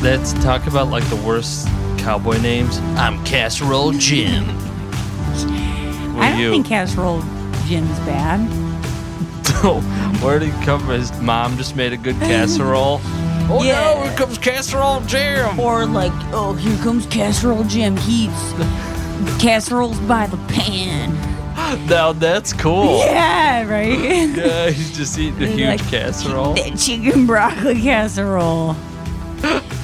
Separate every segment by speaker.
Speaker 1: That's talk about like the worst cowboy names. I'm Casserole Jim. Were
Speaker 2: I don't
Speaker 1: you?
Speaker 2: think casserole Jim's bad.
Speaker 1: Oh, Where did he come from? His mom just made a good casserole. oh
Speaker 2: Yeah.
Speaker 1: no! Here comes Casserole Jim.
Speaker 2: Or like, oh, here comes casserole Jim. Heats casseroles by the pan.
Speaker 1: Oh, Now that's cool.
Speaker 2: Yeah, right.
Speaker 1: Yeah, he's just eating a huge
Speaker 2: Like,
Speaker 1: casserole.
Speaker 2: that chicken broccoli casserole.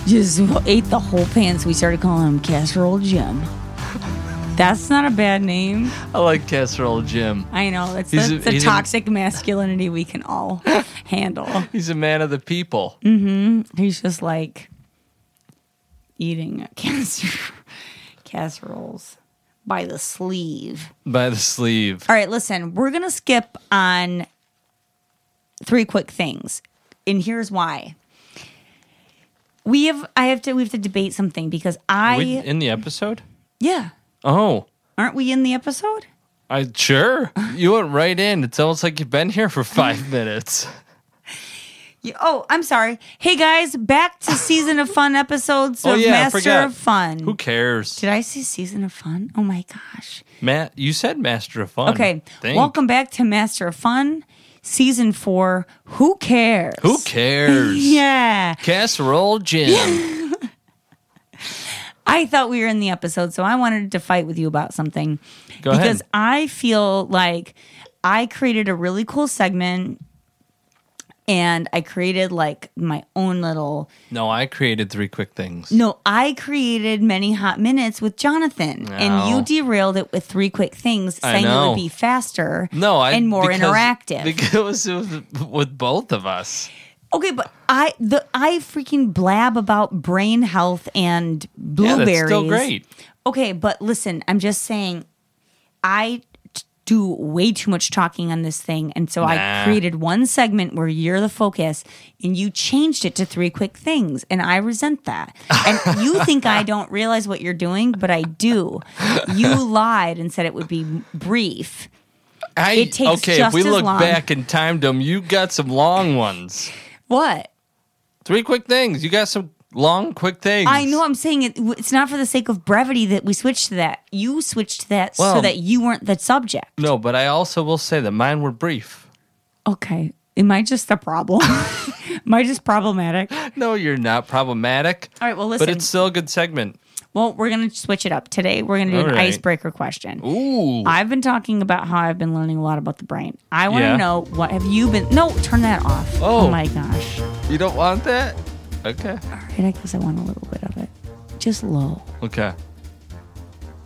Speaker 2: Just ate the whole pan, so we started calling him Casserole Jim. That's not a bad name.
Speaker 1: I like Casserole Jim.
Speaker 2: I know it's
Speaker 1: He's
Speaker 2: the,
Speaker 1: a-
Speaker 2: the
Speaker 1: he's a-
Speaker 2: toxic masculinity we can all handle.
Speaker 1: He's a man of the people.
Speaker 2: Mm. He's just like eating casser- casseroles by the sleeve.
Speaker 1: By the sleeve.
Speaker 2: All right, listen, we're going to skip on three quick things. And here's why. We have I have to we have to debate something because I
Speaker 1: We- in the episode?
Speaker 2: yeah,
Speaker 1: Oh.
Speaker 2: aren't we in the episode?
Speaker 1: I sure. You went right in. It's almost like you've been here for five minutes.
Speaker 2: Yeah, oh, I'm sorry. Hey guys, back to season of fun episodes
Speaker 1: Oh,
Speaker 2: of
Speaker 1: yeah, I
Speaker 2: Master
Speaker 1: forgot.
Speaker 2: of Fun.
Speaker 1: Who cares?
Speaker 2: Did I say season of fun? Oh my gosh.
Speaker 1: Matt, you said Master of Fun.
Speaker 2: Okay.
Speaker 1: Think.
Speaker 2: Welcome back to Master of Fun, season four. Who cares?
Speaker 1: Who cares?
Speaker 2: Yeah.
Speaker 1: Casserole Jim.
Speaker 2: I thought we were in the episode, so I wanted to fight with you about something.
Speaker 1: Go ahead.
Speaker 2: because I feel like I created a really cool segment and I created like my own little
Speaker 1: no, I created three quick things.
Speaker 2: No, I created many hot minutes with Jonathan, and
Speaker 1: No.
Speaker 2: you derailed it with three quick things,
Speaker 1: I
Speaker 2: saying it
Speaker 1: know.
Speaker 2: would be faster,
Speaker 1: No, I
Speaker 2: and more
Speaker 1: because-
Speaker 2: interactive.
Speaker 1: Because it was with, with both of us.
Speaker 2: okay, but I the I freaking blab about brain health and
Speaker 1: Yeah,
Speaker 2: blueberries.
Speaker 1: that's still great.
Speaker 2: Okay, but listen, I'm just saying, I t- do way too much talking on this thing, and so I
Speaker 1: Nah.
Speaker 2: created one segment where you're the focus, and you changed it to three quick things, and I resent that. And you think I don't realize what you're doing, but I do. You lied and said it would be brief.
Speaker 1: I,
Speaker 2: It takes
Speaker 1: okay,
Speaker 2: just
Speaker 1: if we
Speaker 2: as
Speaker 1: look
Speaker 2: long.
Speaker 1: back and timed them, you got some long ones.
Speaker 2: What?
Speaker 1: Three quick things. You got some long, quick things.
Speaker 2: I know I'm saying it, it's not for the sake of brevity that we switched to that. You switched to that so
Speaker 1: Well-
Speaker 2: that you weren't the subject.
Speaker 1: No, but I also will say that mine were brief.
Speaker 2: Okay. Am I just a problem? Am I just problematic?
Speaker 1: No, you're not problematic.
Speaker 2: All right, well,
Speaker 1: But
Speaker 2: listen.
Speaker 1: it's still a good segment.
Speaker 2: Well, we're going to switch it up today. We're going to do
Speaker 1: All
Speaker 2: an
Speaker 1: right.
Speaker 2: icebreaker question.
Speaker 1: Ooh.
Speaker 2: I've been talking about how I've been learning a lot about the brain. I want to
Speaker 1: Yeah.
Speaker 2: know what have you been? No, turn that off.
Speaker 1: Oh.
Speaker 2: my gosh! All
Speaker 1: you don't want that? Okay.
Speaker 2: right, I guess I want a little bit of it, just low.
Speaker 1: Okay.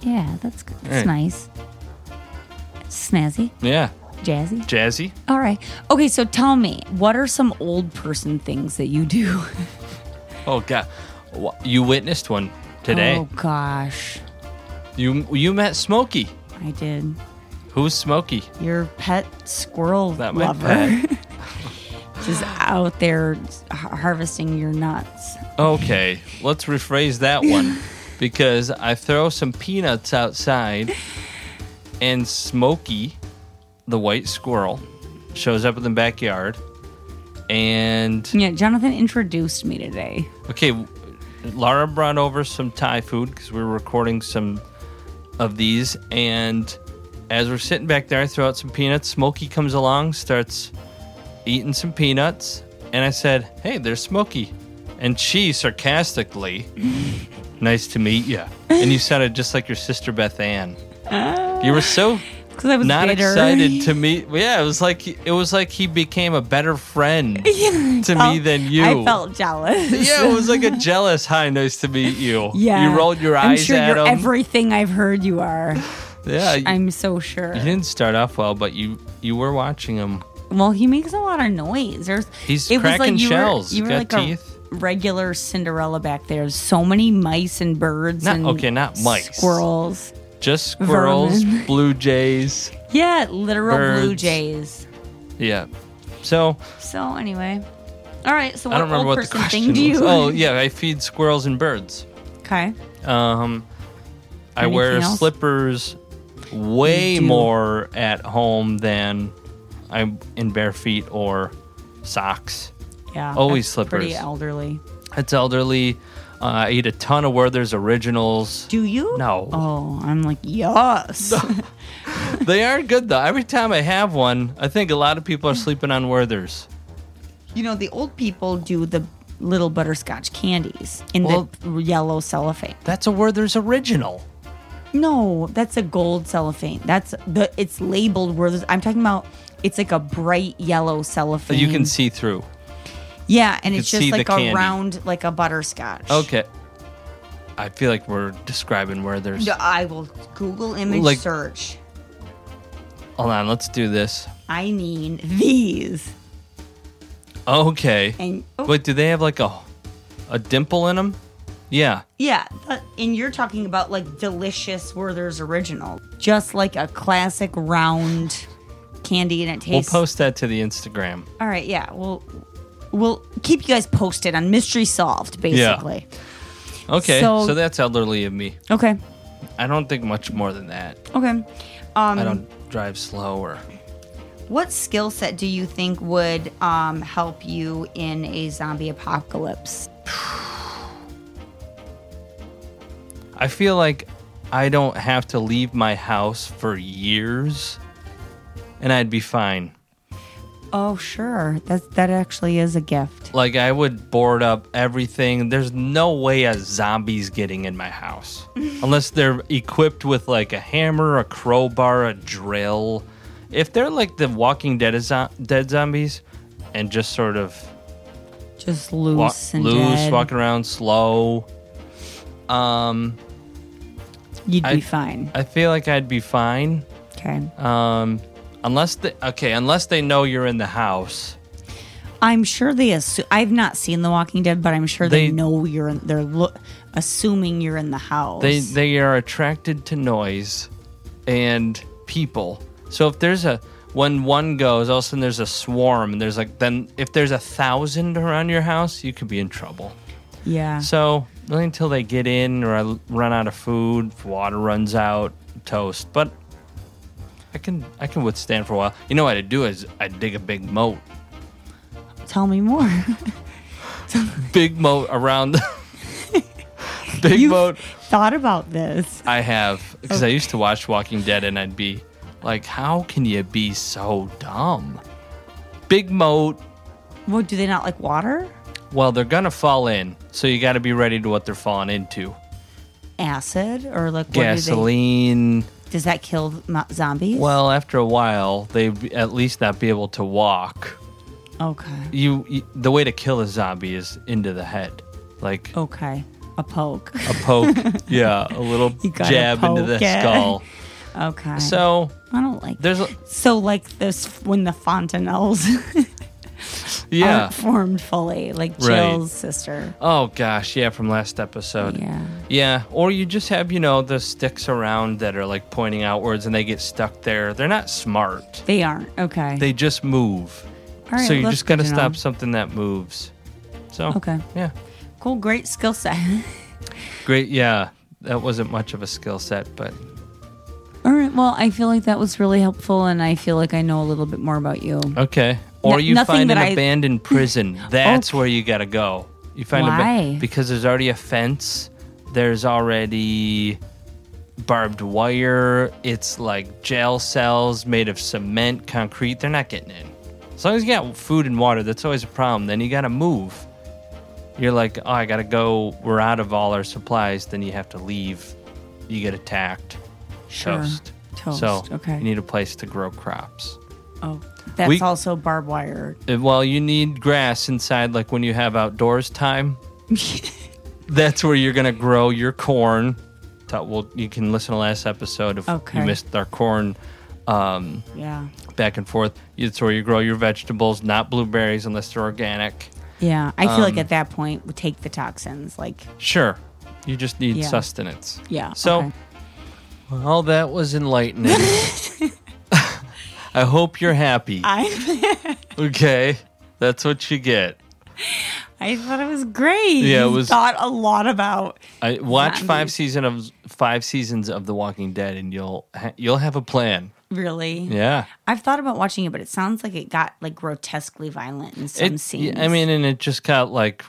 Speaker 2: Yeah, that's good.
Speaker 1: right.
Speaker 2: That's nice. Snazzy,
Speaker 1: Yeah.
Speaker 2: jazzy.
Speaker 1: Jazzy.
Speaker 2: All right. Okay, so tell me, what are some old person things that you do?
Speaker 1: Oh god. Wha- You witnessed one today.
Speaker 2: Oh gosh,
Speaker 1: You you met Smokey.
Speaker 2: I did.
Speaker 1: Who's Smokey?
Speaker 2: your pet squirrel
Speaker 1: Not my
Speaker 2: lover
Speaker 1: pet.
Speaker 2: just out there har- harvesting your nuts.
Speaker 1: Okay, let's rephrase that one because I throw some peanuts outside and Smokey, the white squirrel, shows up in the backyard and
Speaker 2: Yeah, Jonathan introduced me today.
Speaker 1: Okay, Laura brought over some Thai food because we were recording some of these. And as we're sitting back there, I throw out some peanuts. Smokey comes along, starts eating some peanuts. And I said, Hey, there's Smokey. And she sarcastically, Nice to meet you. And you sounded just like your sister Beth Ann. You were so
Speaker 2: Because I was
Speaker 1: not
Speaker 2: bitter.
Speaker 1: excited to meet. Yeah, it was like it was like he became a better friend to me than you.
Speaker 2: I felt jealous.
Speaker 1: Yeah, it was like a jealous hi, nice to meet you.
Speaker 2: Yeah.
Speaker 1: You rolled your eyes
Speaker 2: I'm sure
Speaker 1: at
Speaker 2: you're
Speaker 1: him.
Speaker 2: everything I've heard you are.
Speaker 1: yeah. you-
Speaker 2: I'm so sure.
Speaker 1: you didn't start off well, but you you were watching him.
Speaker 2: Well, he makes a lot of noise. There's
Speaker 1: He's
Speaker 2: it was
Speaker 1: cracking
Speaker 2: like you
Speaker 1: shells.
Speaker 2: Were, you were
Speaker 1: Got
Speaker 2: like
Speaker 1: teeth.
Speaker 2: a regular Cinderella back there. So many mice and birds
Speaker 1: Not-
Speaker 2: and
Speaker 1: okay, not mice.
Speaker 2: squirrels.
Speaker 1: Just squirrels,
Speaker 2: Vermin.
Speaker 1: blue jays.
Speaker 2: Yeah, literal blue
Speaker 1: Birds.
Speaker 2: jays.
Speaker 1: Yeah. So
Speaker 2: So anyway, all right. So what
Speaker 1: I don't remember what
Speaker 2: old
Speaker 1: the
Speaker 2: person
Speaker 1: question
Speaker 2: thing do
Speaker 1: was.
Speaker 2: you?
Speaker 1: Oh yeah, I feed squirrels and birds.
Speaker 2: Okay.
Speaker 1: Um, I
Speaker 2: Anything
Speaker 1: wear
Speaker 2: else?
Speaker 1: slippers way
Speaker 2: You do.
Speaker 1: more at home than I'm in bare feet or socks.
Speaker 2: Yeah.
Speaker 1: Always
Speaker 2: that's Pretty
Speaker 1: slippers.
Speaker 2: elderly.
Speaker 1: It's elderly. Uh, I eat a ton of Werther's originals.
Speaker 2: Do you?
Speaker 1: No.
Speaker 2: Oh, I'm like, yes.
Speaker 1: they are good though. Every time I have one, I think a lot of people are sleeping on Werther's.
Speaker 2: you know, the old people do the little butterscotch candies in
Speaker 1: Well-
Speaker 2: the yellow cellophane.
Speaker 1: That's a Werther's original.
Speaker 2: No, that's a gold cellophane. That's the it's labeled Werther's. I'm talking about it's like a bright yellow cellophane.
Speaker 1: that You can see through.
Speaker 2: Yeah, and it's
Speaker 1: can see
Speaker 2: just
Speaker 1: the
Speaker 2: like a
Speaker 1: candy.
Speaker 2: round like a butterscotch.
Speaker 1: Okay. I feel like we're describing Werther's.
Speaker 2: No, I will Google image
Speaker 1: Like-
Speaker 2: search.
Speaker 1: Hold on, let's do this.
Speaker 2: I mean these.
Speaker 1: Okay.
Speaker 2: And oh,
Speaker 1: Wait, do they have like a a dimple in them? Yeah.
Speaker 2: yeah, uh, and you're talking about like delicious Werther's original. Just like a classic round candy and it
Speaker 1: We'll
Speaker 2: tastes
Speaker 1: post that to the Instagram.
Speaker 2: All right, yeah. We'll we'll keep you guys posted on mystery solved basically.
Speaker 1: Okay.
Speaker 2: So-
Speaker 1: So, that's elderly of me.
Speaker 2: Okay.
Speaker 1: I don't think much more than that.
Speaker 2: Okay. Um,
Speaker 1: I don't drive slow or
Speaker 2: What skill set do you think would um, help you in a zombie apocalypse?
Speaker 1: I feel like I don't have to leave my house for years and I'd be fine.
Speaker 2: Oh, sure. That that actually is a gift.
Speaker 1: Like I would board up everything. There's no way a zombie's getting in my house unless they're equipped with like a hammer, a crowbar, a drill. If they're like the Walking Dead zo- dead zombies and just sort of
Speaker 2: Just
Speaker 1: wa-
Speaker 2: loose and
Speaker 1: loose,
Speaker 2: dead.
Speaker 1: walking around slow, um,
Speaker 2: You'd be
Speaker 1: I-
Speaker 2: fine.
Speaker 1: I feel like I'd be fine.
Speaker 2: Okay.
Speaker 1: Um, unless they okay, unless they know you're in the house.
Speaker 2: I'm sure they assume. I've not seen The Walking Dead, but I'm sure they,
Speaker 1: They-
Speaker 2: know you're. In, they're lo- assuming you're in the house.
Speaker 1: They they are attracted to noise and people. So if there's a when one goes, all of a sudden there's a swarm, and there's like then if there's a thousand around your house, you could be in trouble.
Speaker 2: yeah.
Speaker 1: So really until they get in or I l- run out of food, water runs out, toast. But I can I can withstand for a while. You know what I'd do is I'd dig a big moat,
Speaker 2: Tell me more.
Speaker 1: big moat around. big
Speaker 2: You've
Speaker 1: moat.
Speaker 2: thought about this.
Speaker 1: I have because I used to watch Walking Dead and I'd be like, how can you be so dumb? Big moat.
Speaker 2: What do they not like water?
Speaker 1: Well, they're gonna fall in, so you got to be ready to what they're falling into.
Speaker 2: Acid or like what
Speaker 1: Gasoline.
Speaker 2: Do they, does that kill mo- zombies?
Speaker 1: Well, after a while, they at least not be able to walk.
Speaker 2: Okay.
Speaker 1: You, you the way to kill a zombie is into the head, like
Speaker 2: Okay. A poke.
Speaker 1: a poke. yeah, a little
Speaker 2: You gotta
Speaker 1: jab into the
Speaker 2: poke it.
Speaker 1: skull.
Speaker 2: Okay.
Speaker 1: So
Speaker 2: I don't like
Speaker 1: there's
Speaker 2: So like this when the fontanelles
Speaker 1: yeah.
Speaker 2: aren't formed fully, like Jill's
Speaker 1: Right.
Speaker 2: sister.
Speaker 1: Oh gosh, yeah, from last episode.
Speaker 2: Yeah.
Speaker 1: Yeah, or you just have, you know, the sticks around that are like pointing outwards and they get stuck there. They're not smart.
Speaker 2: They aren't. Okay.
Speaker 1: They just move.
Speaker 2: All right,
Speaker 1: so you
Speaker 2: well, that's
Speaker 1: just got to
Speaker 2: good to know.
Speaker 1: stop something that moves. So
Speaker 2: Okay.
Speaker 1: Yeah.
Speaker 2: cool, great skill set.
Speaker 1: Great. Yeah. That wasn't much of a skill set, but
Speaker 2: All right. Well, I feel like that was really helpful and I feel like I know a little bit more about you.
Speaker 1: okay. Or
Speaker 2: No-
Speaker 1: you
Speaker 2: nothing
Speaker 1: find an
Speaker 2: that I- Oh.
Speaker 1: abandoned prison. That's where you got to go. You find a
Speaker 2: Why?
Speaker 1: because there's already a fence. There's already barbed wire. It's like jail cells made of cement, concrete. They're not getting in. As long as you got food and water, that's always a problem. Then you got to move. You're like, oh, I got to go. We're out of all our supplies. Then you have to leave. You get attacked.
Speaker 2: Sure.
Speaker 1: Toast.
Speaker 2: Toast,
Speaker 1: So
Speaker 2: okay.
Speaker 1: you need a place to grow crops.
Speaker 2: Oh, that's
Speaker 1: We-
Speaker 2: also barbed wire.
Speaker 1: Uh, Well, you need grass inside, like when you have outdoors time. That's where you're gonna grow your corn. Ta- Well, you can listen to last episode if
Speaker 2: Okay.
Speaker 1: you missed our corn um,
Speaker 2: Yeah.
Speaker 1: back and forth. It's where you grow your vegetables, not blueberries unless they're organic.
Speaker 2: Yeah, I feel
Speaker 1: Um,
Speaker 2: like at that point we take the toxins. Like,
Speaker 1: Sure, you just need
Speaker 2: Yeah.
Speaker 1: sustenance.
Speaker 2: yeah.
Speaker 1: So,
Speaker 2: okay.
Speaker 1: well, that was enlightening. I hope you're happy.
Speaker 2: I
Speaker 1: okay, that's what you get.
Speaker 2: I thought it was great.
Speaker 1: Yeah, it
Speaker 2: You
Speaker 1: was-
Speaker 2: thought a lot about.
Speaker 1: I watch
Speaker 2: Zombies.
Speaker 1: five season of five seasons of The Walking Dead, and you'll ha- you'll have a plan.
Speaker 2: Really,
Speaker 1: Yeah,
Speaker 2: I've thought about watching it, but it sounds like it got like grotesquely violent in some
Speaker 1: It-
Speaker 2: scenes.
Speaker 1: I mean, and it just got like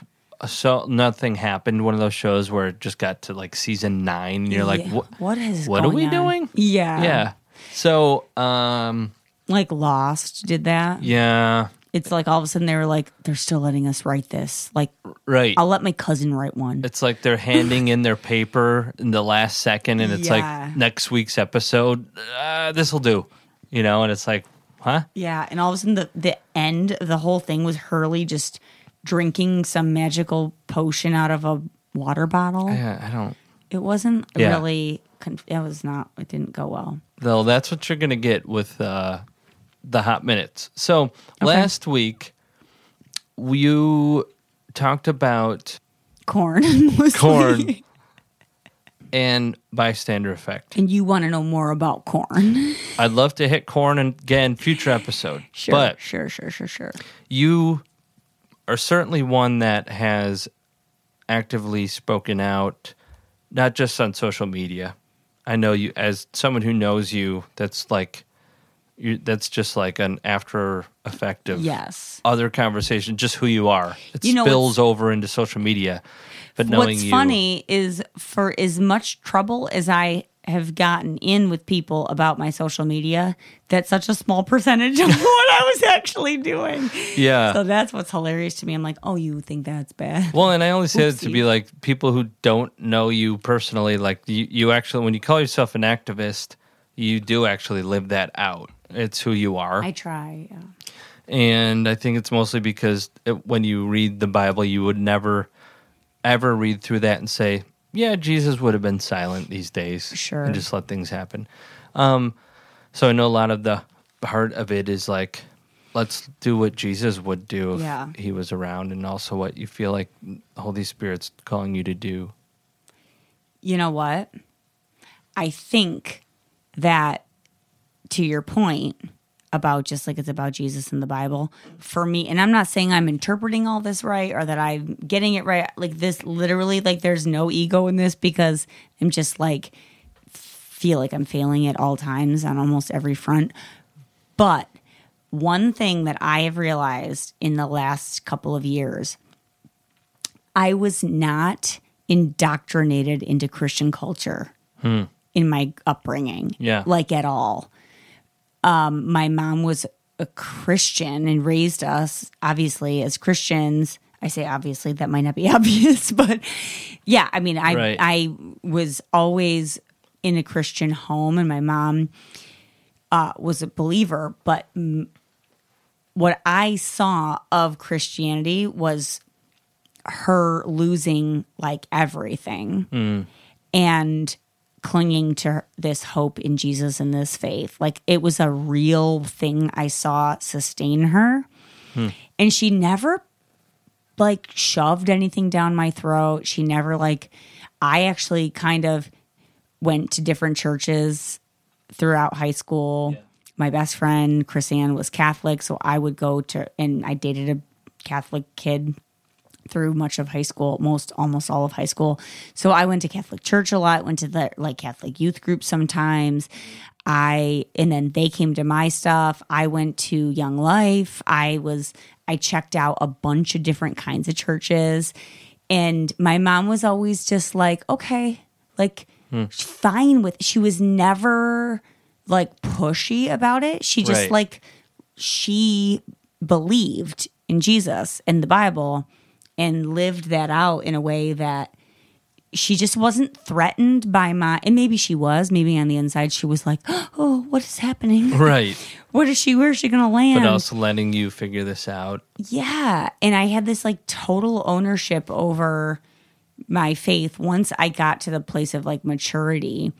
Speaker 1: so nothing happened. One of those shows where it just got to like season nine, and you're like,
Speaker 2: Yeah.
Speaker 1: what?
Speaker 2: what is
Speaker 1: what are
Speaker 2: going
Speaker 1: we
Speaker 2: on?
Speaker 1: doing?
Speaker 2: Yeah,
Speaker 1: Yeah. So, um,
Speaker 2: like Lost did that.
Speaker 1: yeah,
Speaker 2: It's like all of a sudden they were like, they're still letting us write this. Like,
Speaker 1: right.
Speaker 2: I'll let my cousin write one.
Speaker 1: it's like they're handing in their paper in the last second, and it's
Speaker 2: Yeah.
Speaker 1: like next week's episode. Uh, this will do, you know. And it's like, huh?
Speaker 2: Yeah, and all of a sudden the the end of the whole thing was Hurley just drinking some magical potion out of a water bottle.
Speaker 1: Yeah, I don't.
Speaker 2: It wasn't
Speaker 1: Yeah.
Speaker 2: really. Conf- it was not. It didn't go well.
Speaker 1: Though that's what you're gonna get with uh, the hot minutes. So last week, you talked about
Speaker 2: Corn and Lucy.
Speaker 1: corn and bystander effect.
Speaker 2: And you want to know more about corn?
Speaker 1: I'd love to hit corn and- again, future episode.
Speaker 2: Sure,
Speaker 1: But
Speaker 2: sure, sure, sure, sure.
Speaker 1: you are certainly one that has actively spoken out, not just on social media. I know you as someone who knows you. That's like, you, that's just like an after effect of
Speaker 2: Yes.
Speaker 1: other conversation. Just who you are. It
Speaker 2: You know
Speaker 1: spills over into social media. But knowing
Speaker 2: What's
Speaker 1: you,
Speaker 2: funny is for as much trouble as I have gotten in with people about my social media, that's such a small percentage of what I was actually doing.
Speaker 1: yeah.
Speaker 2: So that's what's hilarious to me. I'm like, oh, you think that's bad?
Speaker 1: Well, and I only say that to
Speaker 2: Oopsie.
Speaker 1: be like people who don't know you personally. Like you, you actually, when you call yourself an activist, you do actually live that out. It's who you are,
Speaker 2: I try. Yeah.
Speaker 1: and I think it's mostly because it, when you read the Bible, you would never, ever read through that and say, "Yeah, Jesus would have been silent these days,
Speaker 2: Sure.
Speaker 1: and just let things happen." Um, so I know a lot of the heart of it is like, let's do what Jesus would do if
Speaker 2: Yeah.
Speaker 1: he was around, and also what you feel like the Holy Spirit's calling you to do.
Speaker 2: You know what? I think that to your point about just like it's about Jesus in the Bible, for me, and I'm not saying I'm interpreting all this right or that I'm getting it right. Like this, literally, like there's no ego in this because I'm just like, feel like I'm failing at all times on almost every front. But one thing that I have realized in the last couple of years, I was not indoctrinated into Christian culture in my upbringing.
Speaker 1: Yeah.
Speaker 2: Like at all. Um, my mom was a Christian and raised us, obviously, as Christians. I say obviously, that might not be obvious, but yeah, I mean, I,
Speaker 1: Right.
Speaker 2: I was always in a Christian home, and my mom uh, was a believer, but m- what I saw of Christianity was her losing like everything and clinging to her- this hope in Jesus and this faith. Like it was a real thing I saw sustain her. And she never like shoved anything down my throat. She never like I actually kind of went to different churches throughout high school. My best friend Chris Ann was Catholic, so I would go to and I dated a Catholic kid through much of high school, most almost all of high school. So I went to Catholic church a lot, went to the like Catholic youth group sometimes. I and then they came to my stuff. I went to Young Life. I was I checked out a bunch of different kinds of churches. And my mom was always just like, okay, like fine with she was never like pushy about it. She just
Speaker 1: Right.
Speaker 2: like like she believed in Jesus and the Bible and lived that out in a way that she just wasn't threatened by my and maybe she was maybe on the inside she was like oh what is happening
Speaker 1: Right.
Speaker 2: what is she where is she gonna land
Speaker 1: But also letting you figure this out.
Speaker 2: yeah. And I had this like total ownership over my faith. Once I got to the place of like maturity,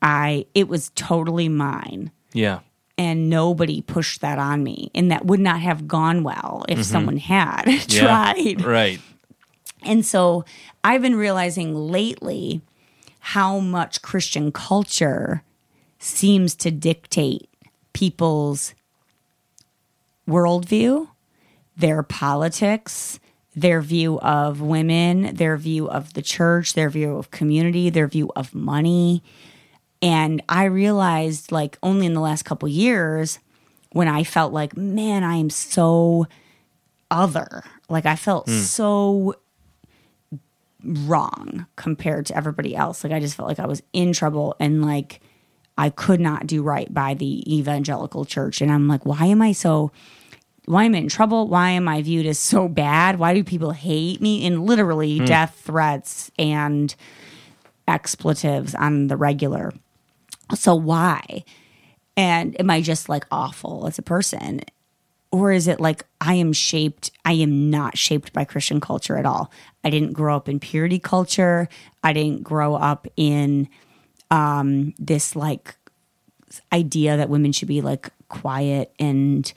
Speaker 2: I it was totally mine
Speaker 1: Yeah.
Speaker 2: and nobody pushed that on me. And that would not have gone well if someone had
Speaker 1: Yeah.
Speaker 2: tried.
Speaker 1: Right.
Speaker 2: And so I've been realizing lately how much Christian culture seems to dictate people's worldview, their politics, their view of women, their view of the church, their view of community, their view of money. And I realized, like, only in the last couple years when I felt like, man, I am so other. Like I felt so wrong compared to everybody else. Like I just felt like I was in trouble and like I could not do right by the evangelical church. And I'm like, why am I so why am I in trouble? Why am I viewed as so bad? Why do people hate me? And literally death threats and expletives on the regular. So why? And am I just like awful as a person? Or is it like I am shaped, I am not shaped by Christian culture at all? I didn't grow up in purity culture. I didn't grow up in um, this like idea that women should be like quiet and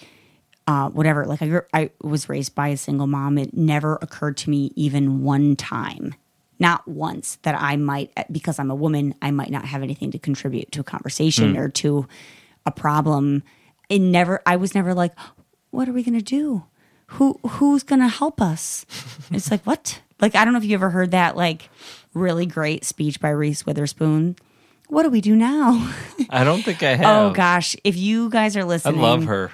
Speaker 2: uh, whatever. Like I, grew, I was raised by a single mom. It never occurred to me even one time, not once, that I might, uh, because I'm a woman, I might not have anything to contribute to a
Speaker 1: Hmm.
Speaker 2: conversation or to a problem. It never. I was never like, what are we gonna do? Who who's gonna help us? it's like what? Like I don't know if you ever heard that like really great speech by Reese Witherspoon. What do we do now?
Speaker 1: I don't think I have.
Speaker 2: oh gosh, if you guys are
Speaker 1: I
Speaker 2: listening,
Speaker 1: love her.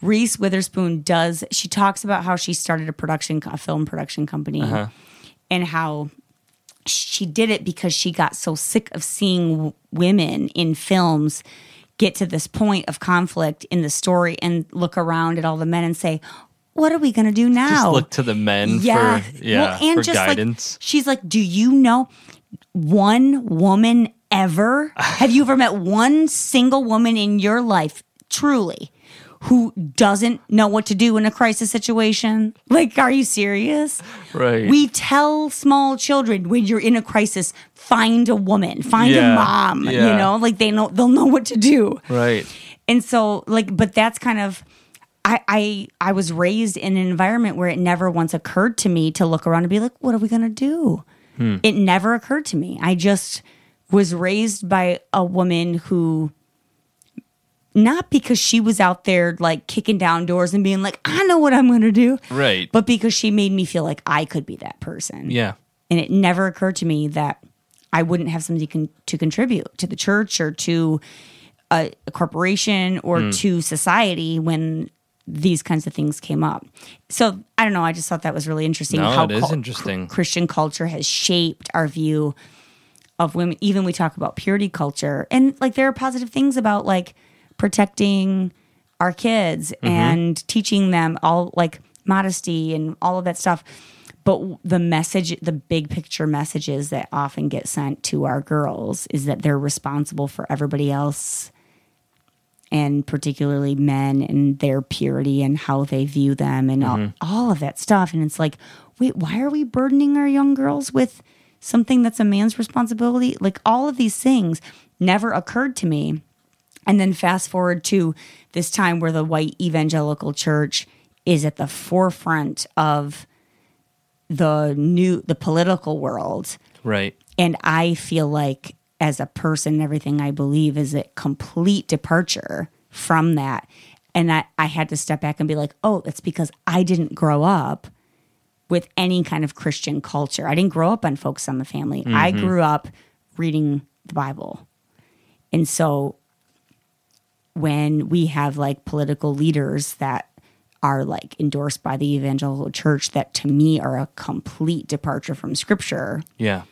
Speaker 2: Reese Witherspoon does. She talks about how she started a production, a film production company,
Speaker 1: Uh-huh.
Speaker 2: and how she did it because she got so sick of seeing w- women in films get to this point of conflict in the story and look around at all the men and say, "What are we going to do now?"
Speaker 1: Just look to the men for yeah
Speaker 2: Well, and
Speaker 1: for
Speaker 2: just
Speaker 1: guidance.
Speaker 2: Like, she's like, do you know one woman ever? Have you ever met one single woman in your life, truly, who doesn't know what to do in a crisis situation? Like, are you serious?
Speaker 1: right.
Speaker 2: We tell small children when you're in a crisis, find a woman, find
Speaker 1: Yeah,
Speaker 2: a mom.
Speaker 1: yeah.
Speaker 2: You know, like they know they'll know what to do
Speaker 1: right.
Speaker 2: and so like but that's kind of I, I I was raised in an environment where it never once occurred to me to look around and be like, what are we gonna do? It never occurred to me. I just was raised by a woman who not because she was out there like kicking down doors and being like, I know what I'm gonna do.
Speaker 1: Right.
Speaker 2: But because she made me feel like I could be that person.
Speaker 1: Yeah.
Speaker 2: And it never occurred to me that I wouldn't have something con- to contribute to the church or to a, a corporation or
Speaker 1: Hmm.
Speaker 2: to society when these kinds of things came up. So I don't know. I just thought that was really interesting.
Speaker 1: No,
Speaker 2: how
Speaker 1: it is
Speaker 2: cul-
Speaker 1: interesting.
Speaker 2: Christian culture has shaped our view of women. Even we talk about purity culture, and like there are positive things about like protecting our kids and teaching them all like modesty and all of that stuff. But w- the message, the big picture messages that often get sent to our girls is that they're responsible for everybody else and particularly men and their purity and how they view them and all, all of that stuff. And it's like, wait, why are we burdening our young girls with something that's a man's responsibility? Like, all of these things never occurred to me. And then fast forward to this time where the white evangelical church is at the forefront of the new the political world
Speaker 1: Right.
Speaker 2: and I feel like, as a person, everything I believe is a complete departure from that. And I, I had to step back and be like, oh, it's because I didn't grow up with any kind of Christian culture. I didn't grow up on Folk Summit Family. I grew up reading the Bible. And so when we have like political leaders that are like endorsed by the evangelical church that to me are a complete departure from scripture,
Speaker 1: Yeah.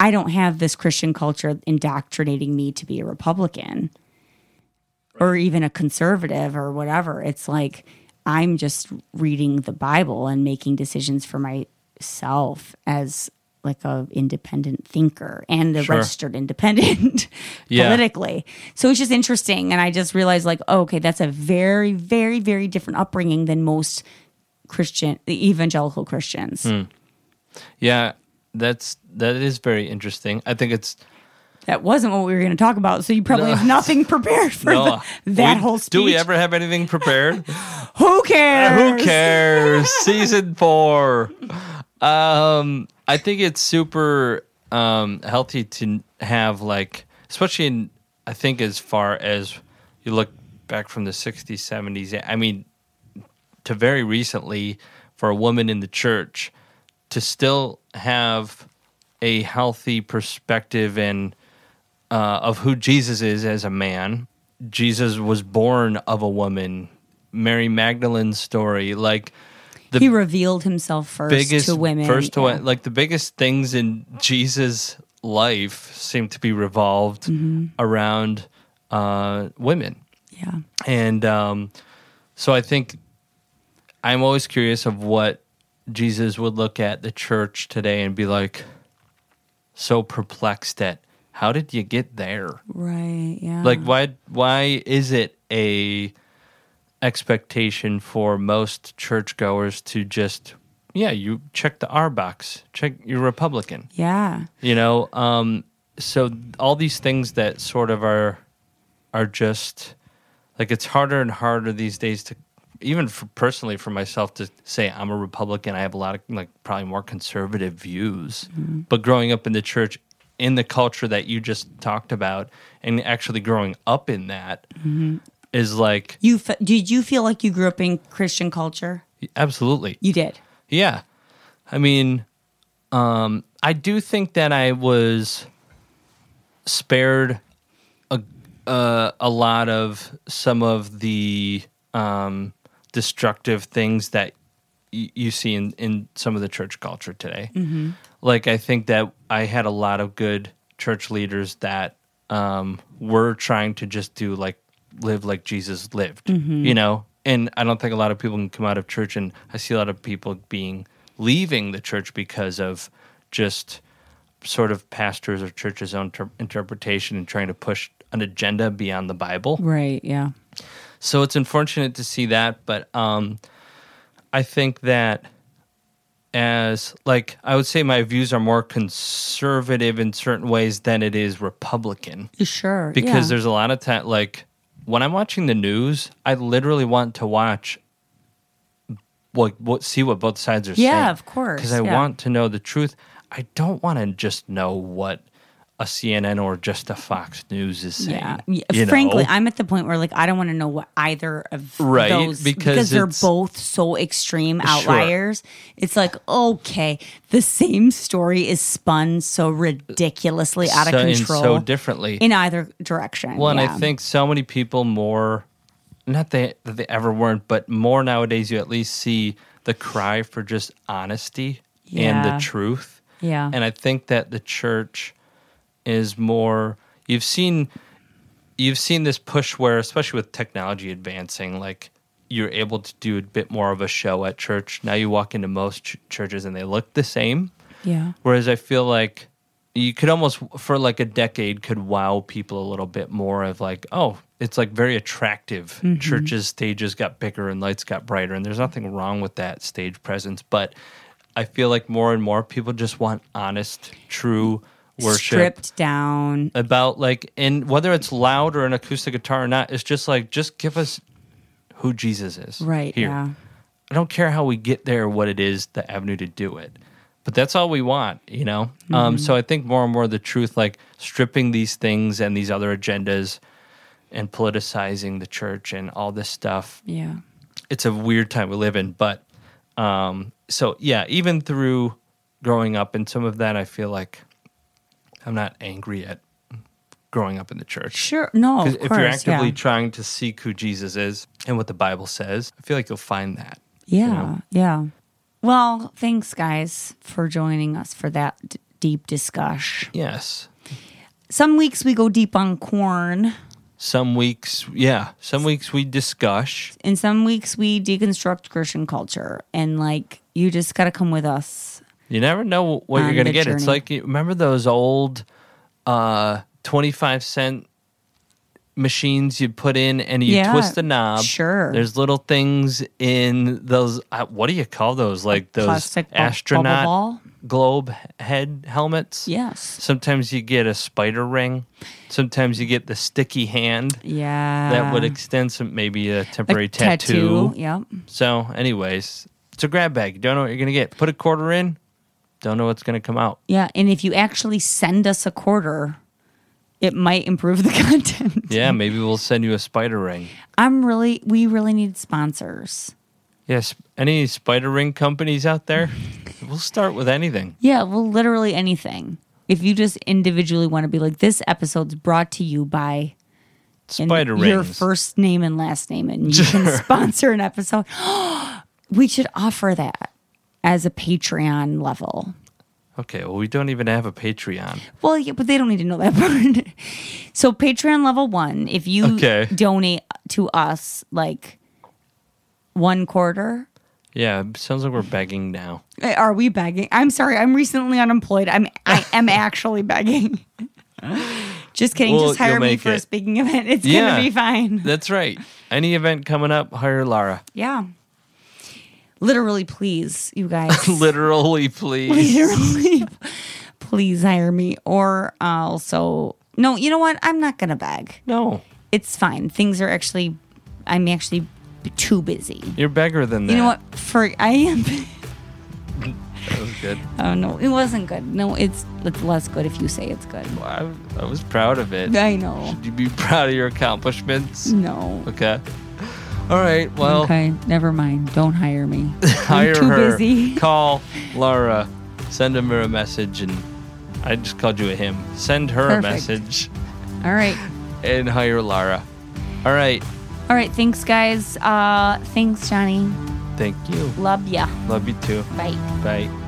Speaker 2: I don't have this Christian culture indoctrinating me to be a Republican or even a conservative or whatever. It's like I'm just reading the Bible and making decisions for myself as like a independent thinker and a
Speaker 1: Sure.
Speaker 2: registered independent
Speaker 1: Yeah.
Speaker 2: politically. So it's just interesting and I just realized like oh, okay that's a very very very different upbringing than most Christian evangelical Christians.
Speaker 1: Yeah. That's that is very interesting. I think it's
Speaker 2: That wasn't what we were going to talk about. So you probably have nothing prepared for
Speaker 1: no,
Speaker 2: the, that
Speaker 1: we-
Speaker 2: whole speech.
Speaker 1: Do we ever have anything prepared?
Speaker 2: Who cares?
Speaker 1: Who cares? Season four. Um, I think it's super um, healthy to have like, especially in I think as far as you look back from the '60s, '70s. I mean, to very recently, for a woman in the church to still have a healthy perspective and uh, of who Jesus is as a man. Jesus was born of a woman. Mary Magdalene's story, like The
Speaker 2: he revealed himself first
Speaker 1: biggest
Speaker 2: to women.
Speaker 1: first to
Speaker 2: yeah.
Speaker 1: wo- like the biggest things in Jesus' life seem to be revolved
Speaker 2: Mm-hmm.
Speaker 1: around uh, women,
Speaker 2: Yeah.
Speaker 1: and um, so I think I'm always curious of what Jesus would look at the church today and be like, so perplexed at how did you get there?
Speaker 2: Right. Yeah.
Speaker 1: like why why is it a expectation for most churchgoers to just yeah you check the r box check you're republican
Speaker 2: Yeah.
Speaker 1: you know um so all these things that sort of are are just like it's harder and harder these days to even for personally for myself to say i'm a republican i have a lot of like probably more conservative views but growing up in the church in the culture that you just talked about and actually growing up in that is like
Speaker 2: You fe- did you feel like you grew up in Christian culture?
Speaker 1: absolutely
Speaker 2: You did.
Speaker 1: Yeah. I mean, um, I do think that I was spared a, uh, a lot of some of the um, destructive things that y- you see in, in some of the church culture today. Like, I think that I had a lot of good church leaders that um, were trying to just do like live like Jesus lived, you know? And I don't think a lot of people can come out of church, and I see a lot of people being leaving the church because of just sort of pastors or churches' own ter- interpretation and trying to push an agenda beyond the Bible.
Speaker 2: Right. Yeah.
Speaker 1: So it's unfortunate to see that, but um, I think that as like I would say my views are more conservative in certain ways than it is Republican
Speaker 2: Sure.
Speaker 1: because
Speaker 2: yeah.
Speaker 1: there's a lot of time like when I'm watching the news, I literally want to watch what what see what both sides are saying.
Speaker 2: Yeah, of course,
Speaker 1: Because I
Speaker 2: yeah.
Speaker 1: want to know the truth. I don't want to just know what a CNN or just a Fox News is saying.
Speaker 2: Yeah. Yeah.
Speaker 1: you know?
Speaker 2: Frankly, I'm at the point where like I don't want to know what either of
Speaker 1: Right,
Speaker 2: those
Speaker 1: because
Speaker 2: they're
Speaker 1: it's-
Speaker 2: both so extreme outliers. It's like, okay, the same story is spun so ridiculously out
Speaker 1: So-
Speaker 2: of
Speaker 1: and
Speaker 2: control
Speaker 1: so differently.
Speaker 2: in either direction.
Speaker 1: well, and
Speaker 2: yeah.
Speaker 1: I think so many people more not that that they ever weren't, but more nowadays you at least see the cry for just honesty and
Speaker 2: Yeah.
Speaker 1: the truth.
Speaker 2: Yeah.
Speaker 1: And I think that the church is more you've seen you've seen this push where especially with technology advancing like you're able to do a bit more of a show at church. Now you walk into most ch- churches and they look the same.
Speaker 2: Yeah.
Speaker 1: Whereas I feel like you could almost, for like a decade, could wow people a little bit more of like, oh, it's like very attractive.
Speaker 2: Mm-hmm.
Speaker 1: Churches, stages got bigger and lights got brighter. And there's nothing wrong with that stage presence. But I feel like more and more people just want honest, true worship.
Speaker 2: Stripped down.
Speaker 1: About like, and whether it's loud or an acoustic guitar or not, it's just like, just give us who Jesus is.
Speaker 2: Right.
Speaker 1: Here.
Speaker 2: Yeah.
Speaker 1: I don't care how we get there, or what it is, the avenue to do it. But that's all we want, you know?
Speaker 2: Mm-hmm.
Speaker 1: Um, so I think more and more the truth, like stripping these things and these other agendas and politicizing the church and all this stuff,
Speaker 2: Yeah.
Speaker 1: it's a weird time we live in. But um, so, yeah, even through growing up and some of that, I feel like I'm not angry at growing up in the church.
Speaker 2: Sure. No. Of
Speaker 1: Because if you're
Speaker 2: course, yeah.
Speaker 1: actively trying to seek who Jesus is and what the Bible says, I feel like you'll find that.
Speaker 2: Yeah,
Speaker 1: know?
Speaker 2: yeah. Well, thanks, guys, for joining us for that d- deep discussion.
Speaker 1: Yes.
Speaker 2: Some weeks we go deep on corn,
Speaker 1: Some weeks, yeah, some weeks we discuss.
Speaker 2: and some weeks we deconstruct Christian culture. And like, you just got to come with us.
Speaker 1: You never know what
Speaker 2: On
Speaker 1: you're going
Speaker 2: the
Speaker 1: to get. It's
Speaker 2: journey.
Speaker 1: like you remember those old uh 25 cent machines you put in and you
Speaker 2: Yeah,
Speaker 1: twist the knob.
Speaker 2: sure.
Speaker 1: There's little things in those uh, what do you call those? Like those
Speaker 2: plastic bu- bubble
Speaker 1: astronaut
Speaker 2: ball?
Speaker 1: globe head helmets?
Speaker 2: Yes.
Speaker 1: Sometimes you get a spider ring. Sometimes you get the sticky hand.
Speaker 2: Yeah.
Speaker 1: That would extend some maybe a
Speaker 2: A
Speaker 1: temporary
Speaker 2: tattoo. Yep.
Speaker 1: So, anyways, it's a grab bag. You don't know what you're gonna get. Put a quarter in. Don't know what's gonna come out.
Speaker 2: Yeah. And if you actually send us a quarter, it might improve the content.
Speaker 1: Yeah, maybe we'll send you a spider ring.
Speaker 2: I'm really, we really need sponsors.
Speaker 1: Yes. Any spider ring companies out there? We'll start with anything.
Speaker 2: Yeah, well, literally anything. If you just individually want to be like, this episode's brought to you by and
Speaker 1: Spider
Speaker 2: your
Speaker 1: rings.
Speaker 2: first name and last name, and you can sponsor an episode. We should offer that as a Patreon level.
Speaker 1: Okay, well, we don't even have a Patreon.
Speaker 2: Well, yeah, but they don't need to know that part. so Patreon level one, if you
Speaker 1: Okay.
Speaker 2: donate to us like one quarter,
Speaker 1: Yeah, it sounds like we're begging now.
Speaker 2: Eh, are we begging? I'm sorry, I'm recently unemployed. I'm I am actually begging. Just kidding.
Speaker 1: Well,
Speaker 2: Just hire
Speaker 1: you'll
Speaker 2: me
Speaker 1: make
Speaker 2: for a
Speaker 1: it.
Speaker 2: speaking event. It's
Speaker 1: Yeah.
Speaker 2: gonna be fine.
Speaker 1: That's right. Any event coming up, hire Lara.
Speaker 2: Yeah. Literally, please, you guys.
Speaker 1: Literally, please.
Speaker 2: Literally, please hire me. Or also, no, you know what? I'm not gonna beg.
Speaker 1: No,
Speaker 2: It's fine. Things are actually, I'm actually b- too busy.
Speaker 1: you're beggar than that.
Speaker 2: You know what? For I am.
Speaker 1: That was good.
Speaker 2: Oh no, it wasn't good. No, it's it's less good if you say it's good.
Speaker 1: I, I was proud of it.
Speaker 2: I know.
Speaker 1: Should you be proud of your accomplishments?
Speaker 2: No.
Speaker 1: Okay. All right. Well,
Speaker 2: Okay, never mind. Don't hire me.
Speaker 1: hire
Speaker 2: I'm too
Speaker 1: her.
Speaker 2: busy.
Speaker 1: Call Laura. Send him her a message, and I just called you a him. Send her a
Speaker 2: Perfect.
Speaker 1: message
Speaker 2: All right.
Speaker 1: and hire Laura. All right.
Speaker 2: All right. Thanks, guys. Uh, thanks, Johnny.
Speaker 1: Thank you.
Speaker 2: Love ya.
Speaker 1: Love you too.
Speaker 2: Bye.
Speaker 1: Bye.